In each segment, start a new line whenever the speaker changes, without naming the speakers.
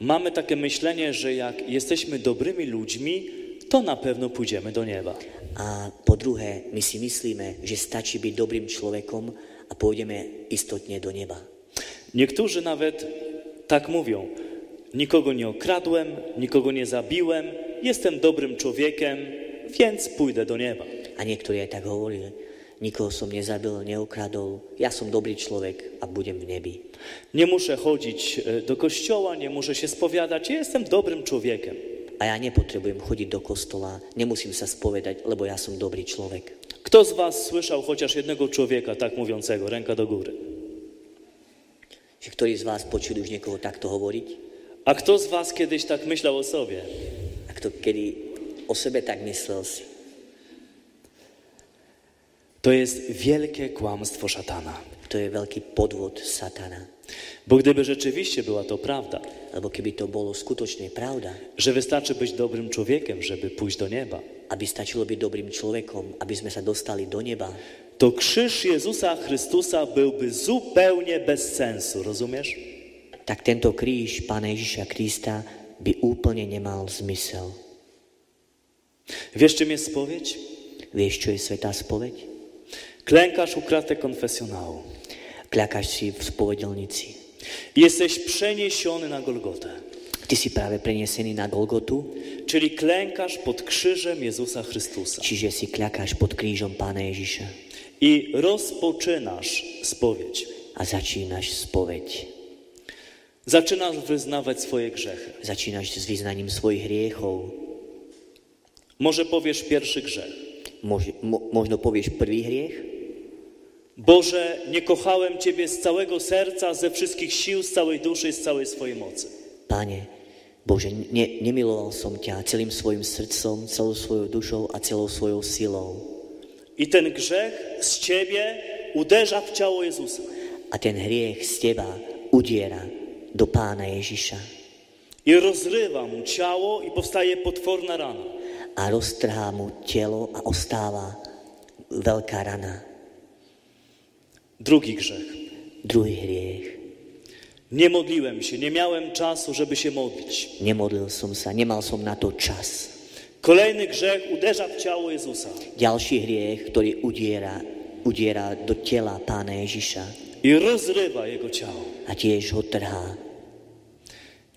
Mamy takie myślenie, że jak jesteśmy dobrymi ludźmi, to na pewno pójdziemy do nieba.
A po druhé, my si myslíme, že stačí byť dobrým človekom a pôjdeme istotne do neba.
Niektórzy nawet tak mówią: Nikogo nie okradłem, nikogo nie zabiłem, jestem dobrym człowiekiem, więc pójdę do nieba.
A niektorí aj tak hovorili, nikoho som nezabil, neokradol, ja som dobrý človek a budem v nebi.
Nie muszę chodzić e, do kościoła, nie muszę się spowiadać, jestem dobrym człowiekiem.
A ja nepotrebujem chodiť do kostola, nemusím sa spovedať, lebo ja som dobrý človek.
Kto z Was słyszał chociaż jednego człowieka tak mówiącego, ręka do góry?
Že ktorý z vás počuli už niekoho takto hovoriť?
A kto z Was kiedyś tak myślał o sobie?
A kto kedy o sebe tak myslel si?
To jest wielkie kłamstwo szatana.
To je veľký podvod satana.
Bo gdyby rzeczywiście była to prawda,
Lebo keby to bolo skutočne pravda,
że wystarczy być dobrym człowiekiem, żeby pójść do nieba,
aby stačilo byť dobrým človekom, aby sme sa dostali do neba,
to krzyż Jezusa Chrystusa byłby zupełnie bez sensu, rozumiesz?
tak tento kríž Pána Ježiša Krista by úplne nemal zmysel.
Wiesz, czym jest spowiedź?
Vieš, čo je svetá spoveď?
Klękasz u kratek konfesjonału.
Kľakáš si v spovedelnici.
Jesteś przeniesiony na Golgotę.
Ty si práve prenesený na Golgotu,
Czyli klękasz pod krzyżem Jezusa Chrystusa
čiže si kľakáš pod krížom Pána Ježiša
i rozpoczynasz spowiedź.
a začínaš spoveď.
Zaczynasz wyznawać swoje grzechy.
Začínaš s vyznaním svojich hriechov.
Może powiesz pierwszy grzech.
Mož, mo, možno povieš prvý hriech?
Boże, nie kochałem Ciebie z całego serca, ze wszystkich sił, z całej duszy, z całej swojej mocy.
Pane, Bože, ne, nemiloval som ťa celým svojim srdcom, celou svojou dušou a celou svojou silou.
I ten grzech z Ciebie uderza w ciało Jezusa.
A ten hriech z teba udiera do Pána Ježiša
I rozrywa mu ciało i powstaje potworna rana.
a roztrhá mu telo a ostáva veľká rana.
Drugi grzech.
Druhý hriech.
Nie modliłem się, nie miałem czasu, żeby się modlić.
Nemodlil som sa, nemal som na to čas.
Kolejny grzech uderza w ciało Jezusa
Ďalší hriech, ktorý udiera, udiera do tela Pána Ježiša
i rozrywa jego ciało.
a tiež ho trhá.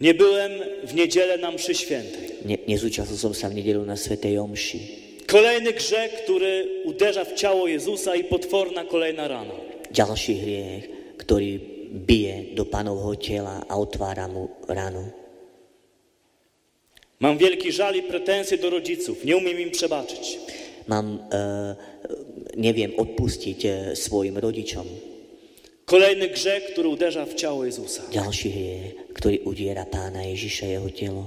Nie byłem w niedzielę na mszy świętej.
Ne, nezúčastnil som sa v nedelu na Svetej Omši.
Kolejny grzech, który uderza w ciało Jezusa i potworna kolejna rana.
ďalší hriech, ktorý bije do panovho tela a otvára mu ranu.
Mam wielki żal i pretensje do rodziców. Nie umiem im przebaczyć.
Mám, e, e, neviem odpustiť e, svojim rodičom.
Kolejny grzech, który uderza w ciało Jezusa.
Ďalší hriech, ktorý udiera pána Ježiša jeho telo.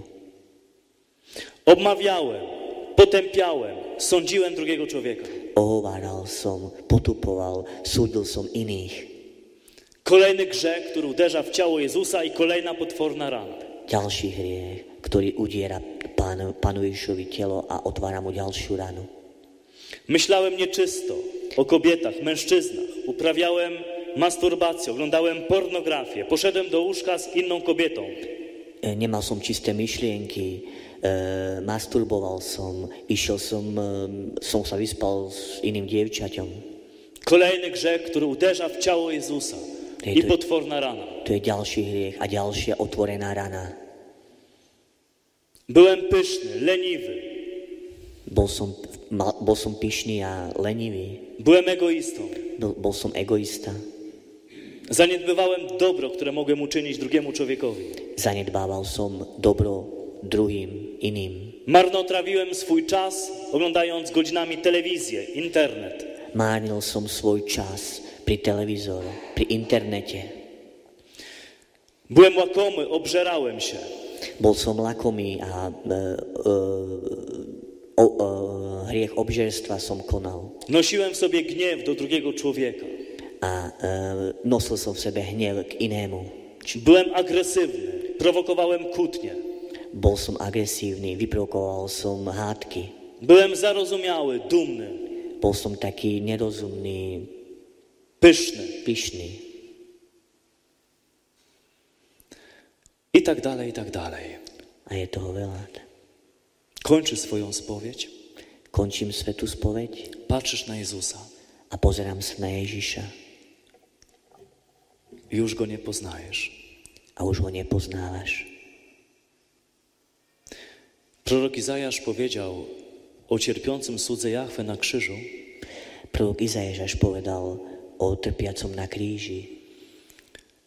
Obmawiałem, potępiałem, sądziłem drugiego człowieka.
Ohováral som, potupoval, súdil som iných.
Kolejny grzech, który uderza w ciało Jezusa i kolejna potworna rana.
Ďalší hriech, ktorý udiera pánu, pánu Ježišovi telo a otvára mu ďalšiu ranu.
Myślałem nieczysto o kobietach, mężczyznach. Uprawiałem masturbację, oglądałem pornografię. Poszedłem do łóżka z inną kobietą.
E, Nemal som čisté myšlienky, e, masturboval som, išiel som, e, som sa vyspal s iným dievčaťom.
Kolejny grzech, który uderza w ciało Jezusa i potworna rana.
To je ďalší hriech a ďalšia otvorená rana.
Byłem pyszny, leniwy,
Bol som, mal, bol som pyšný a lenivý,
byłem egoistą.
bol, bol som egoista,
Zaniedbywałem dobro, które mogłem uczynić drugiemu człowiekowi.
zanedbával som dobro druhým, iným.
Marnotrawiłem swój czas, oglądając godzinami telewizję, internet.
Márnil som svoj čas pri televízore, pri internete.
Byłem łakomy, obżerałem się.
Bol som lakomý a e, e, o, e, hriech obžerstva som konal.
Nosiłem w sobie gniew do drugiego człowieka.
a e, nosil som v sebe hnev k inému.
Byłem agresywny, prowokowałem kłótnie.
Bol som agresívny, vyprovokoval som hádky,
Byłem zarozumiały, dumny,
bol som taký nerozumný,
pyszny.
pyšný.
I tak dalej, i tak dalej.
A je toho veľa.
Kończysz swoją spowiedź,
Končím svetú spoveď
patrzysz na Jezusa.
a pozerám sa na Ježiša
Już go nie poznajesz.
a už ho nepoznávaš.
Prorok Izajasz powiedział o cierpiącym słudze Jahwe na krzyżu,
Prorok Izajaš až povedal o trpiacom na kríži,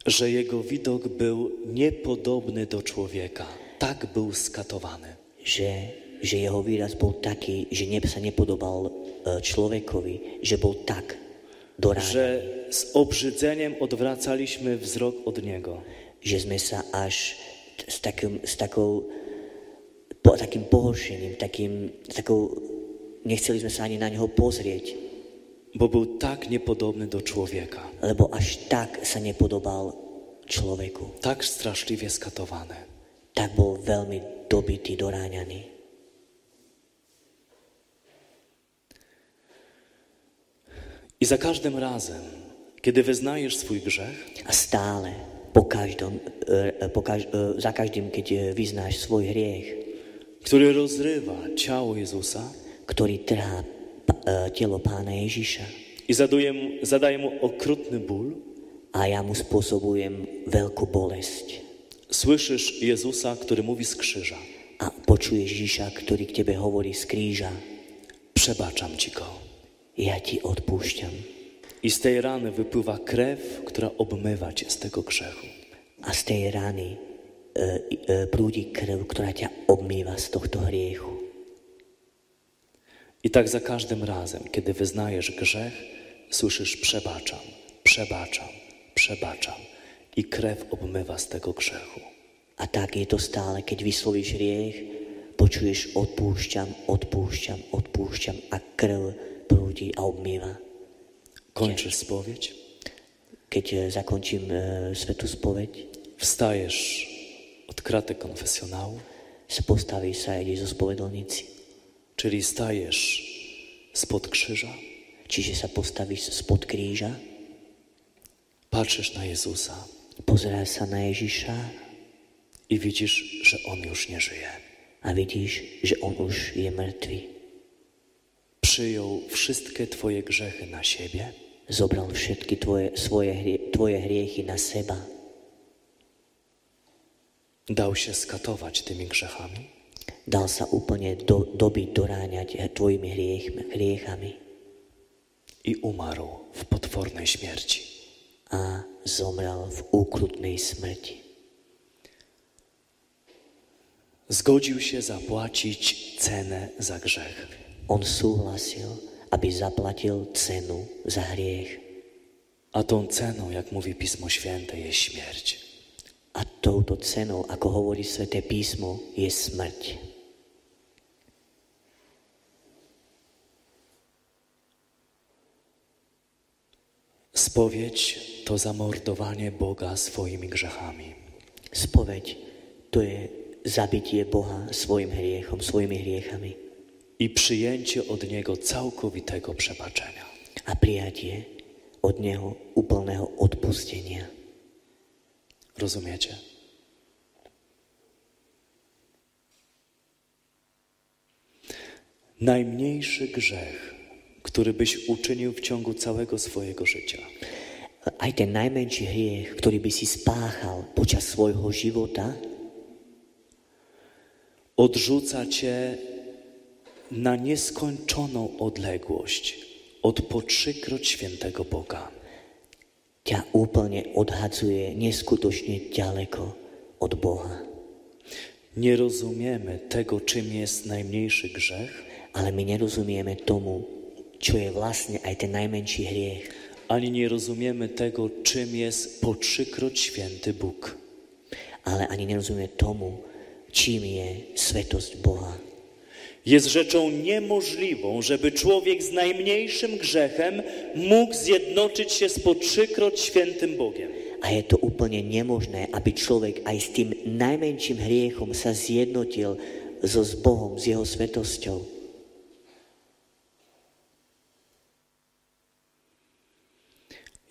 że jego widok był niepodobny do człowieka. Tak był skatowany.
že, že jeho výraz bol taký, že ne, sa nepodobal e, človekovi, že bol tak dorážaný,
Że
že...
z obrzydzeniem odwracaliśmy wzrok od niego.
že sme sa až t- s, takým, s takou, po, takým pohoršením, takým, s takou, nechceli sme sa ani na neho pozrieť,
bo był tak niepodobny do człowieka,
lebo až tak sa nepodobal človeku.
tak straszliwie skatowany.
Tak bol veľmi dobitý, doráňaný.
I za każdym razem, kiedy wyznajesz swój grzech,
A stále, po každom, e, e, po kaž, e, za každým, keď e, vyznáš svoj hriech,
który rozrywa ciało Jezusa
ktorý trhá p- e, telo pána Ježiša
i zadaje mu, zadaje mu okrutny ból,
a ja mu spôsobujem veľkú bolesť.
słyszysz Jezusa, który mówi z krzyża:
A počuješ Ježiša, ktorý k tebe hovorí z kríža,
Przebaczam ci go.
ja ti odpúšťam.
I z tej rany wypływa krew, która obmywa cię z tego grzechu.
A z tej rany e, i- e, prúdi krv, ktorá ťa obmýva z tohto hriechu.
I tak za każdym razem, kiedy wyznajesz grzech, słyszysz: Przebaczam, przebaczam, przebaczam. I krew obmywa z tego grzechu.
A tak je to stále, keď vyslovíš hriech, počuješ odpúšťam, odpúšťam, odpúšťam a krv prúdi a obmýva.
Kończysz spowiedź,
Keď e, zakončím e, svetú spoveď,
wstajesz od kraty konfesjonału,
sa postavíš sa a ideš zo spovedlnici.
czyli stajesz spod krzyża,
Čiže sa postavíš spod kríža,
patrzysz na Jezusa
pozeráš sa na Ježiša
i widzisz, że On już nie żyje.
a vidíš, že on už je mŕtvy.
Przyjął wszystkie Twoje grzechy na siebie
Zobral všetky tvoje, svoje hrie, tvoje hriechy na seba.
dał się skatować tymi grzechami
Dal sa úplne do, dobiť, doráňať e, tvojimi hriechmi, hriechami.
i umarł w potwornej śmierci.
a zomrel v úkrutnej smrti.
Zgodził się zapłacić cenę za grzech.
On súhlasil, aby zaplatil cenu za hriech.
A tą ceną, jak mówi Pismo Święte, jest śmierć.
A touto cenou, ako hovorí sväté písmo, je smrť.
Spowiedź to zamordowanie Boga swoimi grzechami.
Spoveď to je zabitie Boha svojim hriechom, svojimi hriechami
i przyjęcie od Niego całkowitego przebaczenia.
a prijatie od Neho úplného odpustenia.
Rozumiecie? Najmniejszy grzech, który byś uczynił w ciągu całego swojego życia,
Aj ten najmenší hriech, ktorý by si spáchal počas svojho života,
odrzuca Cię na nieskończoną odległość od po trzykroć świętego Boga.
ťa úplne odhadzuje neskutočne ďaleko od Boha.
Nie rozumiemy tego, czym jest najmniejszy grzech,
Ale my nerozumieme tomu, čo je vlastne aj ten najmenší hriech.
ani nie rozumiemy tego, czym jest po trzykroć święty Bóg.
Ale ani nerozumieme tomu, čím je svetosť Boha.
Jest rzeczą niemożliwą, żeby człowiek z najmniejszym grzechem mógł zjednoczyć się z po trzykroć świętym Bogiem.
A je to úplne nemožné, aby človek aj s tým najmenším hriechom sa zjednotil so s Bohom, s jeho svetosťou.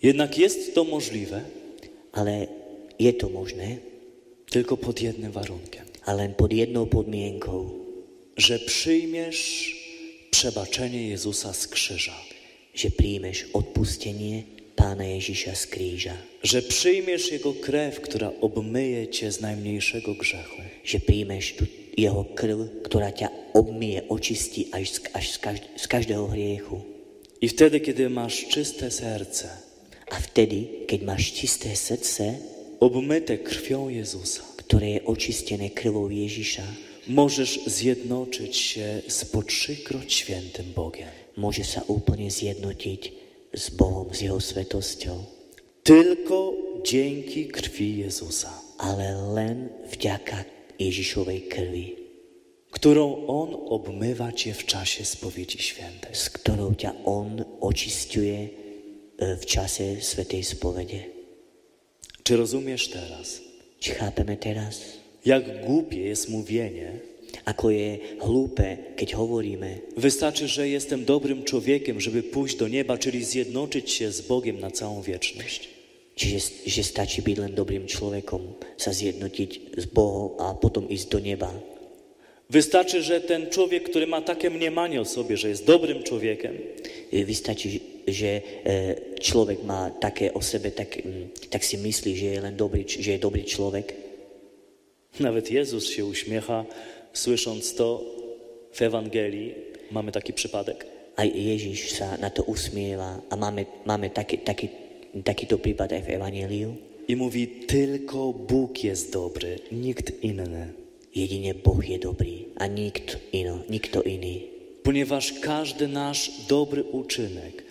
Jednak jest to możliwe,
Ale je to možné,
Tylko pod jednym warunkiem,
ale pod jednou podmienkou,
że przyjmiesz przebaczenie Jezusa z krzyża,
že príjmeš odpustenie Pána Ježiša z kríža,
że przyjmiesz Jego krew, która obmyje cię z najmniejszego grzechu.
že príjmeš tu jeho krv, ktorá ťa obmije, očistí až z, až z, každ- z každého hriechu.
I wtedy, kiedy masz czyste serce,
A vtedy, keď máš čisté srdce,
obmyte krwią Jezusa,
ktoré je očistené krvou Ježiša,
możesz zjednoczyć się z po trzykroć świętym Bogiem.
môže sa úplne zjednotiť s Bohom, s Jeho svetosťou,
Tylko dzięki krwi Jezusa,
ale len vďaka Ježišovej krvi,
którą On obmywa cię w czasie spowiedzi świętej.
s ktorou ťa On očistuje e, v čase Svetej spovede.
Czy rozumiesz teraz,
Či chápeme teraz,
jak głupie jest mówienie,
ako je hlúpe, keď hovoríme,
wystarczy, że jestem dobrym człowiekiem, żeby pójść do nieba, czyli zjednoczyć się z Bogiem na całą wieczność?
čiže, že stačí byť len dobrým človekom, sa zjednotiť s Bohom a potom ísť do neba.
Wystarczy, że ten człowiek, który ma takie mniemanie o sobie, že jest dobrym człowiekiem,
E, Vystačí, že e, človek má také o sebe, tak, mm, tak si myslí, že je len dobrý, č- že je dobrý človek.
Nawet Jezus się uśmiecha, słysząc to w Ewangelii. Mamy taki przypadek.
Aj Ježiš sa na to usmieva a máme, máme taký, taký, takýto prípad aj v Evangeliu.
I mówi: Tylko Bóg jest dobry, nikt inny.
Jedine Boh je dobrý a nikto, ino, nikto iný.
Ponieważ każdy nasz dobry uczynek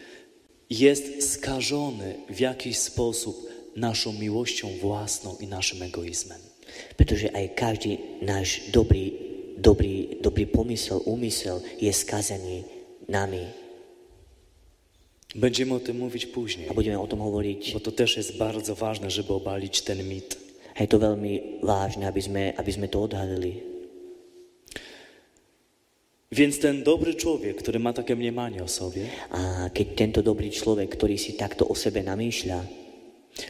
jest skażony w jakiś sposób naszą miłością własną i naszym egoizmem.
Pretože aj každý náš dobrý, dobrý, dobrý pomysel, úmysel je skazený nami.
Będziemy o tym mówić później,
A budeme o tom hovoriť.
bo to też jest bardzo ważne, żeby obalić ten mit.
Je to veľmi vážne, aby sme, aby sme to odhalili.
Więc ten dobry człowiek, który ma takie mniemanie o sobie,
A keď tento dobrý človek, ktorý si takto o sebe namýšľa,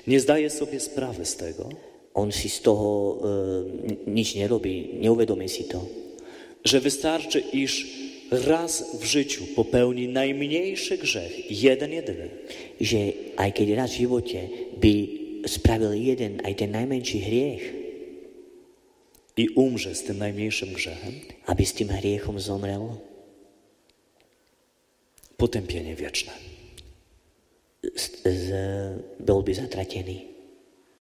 nie zdaje sobie sprawy z tego,
on si z toho e, nič nerobí, neuvedomí si to.
że wystarczy, iż raz w życiu popełni najmniejszy grzech, jeden jedyny,
že aj keď raz v živote by spravil jeden, aj ten najmenší hriech,
i umrze z tym najmniejszym grzechem,
aby s tým hriechom zomrel,
potępienie wieczne.
z, z, bol by zatratený.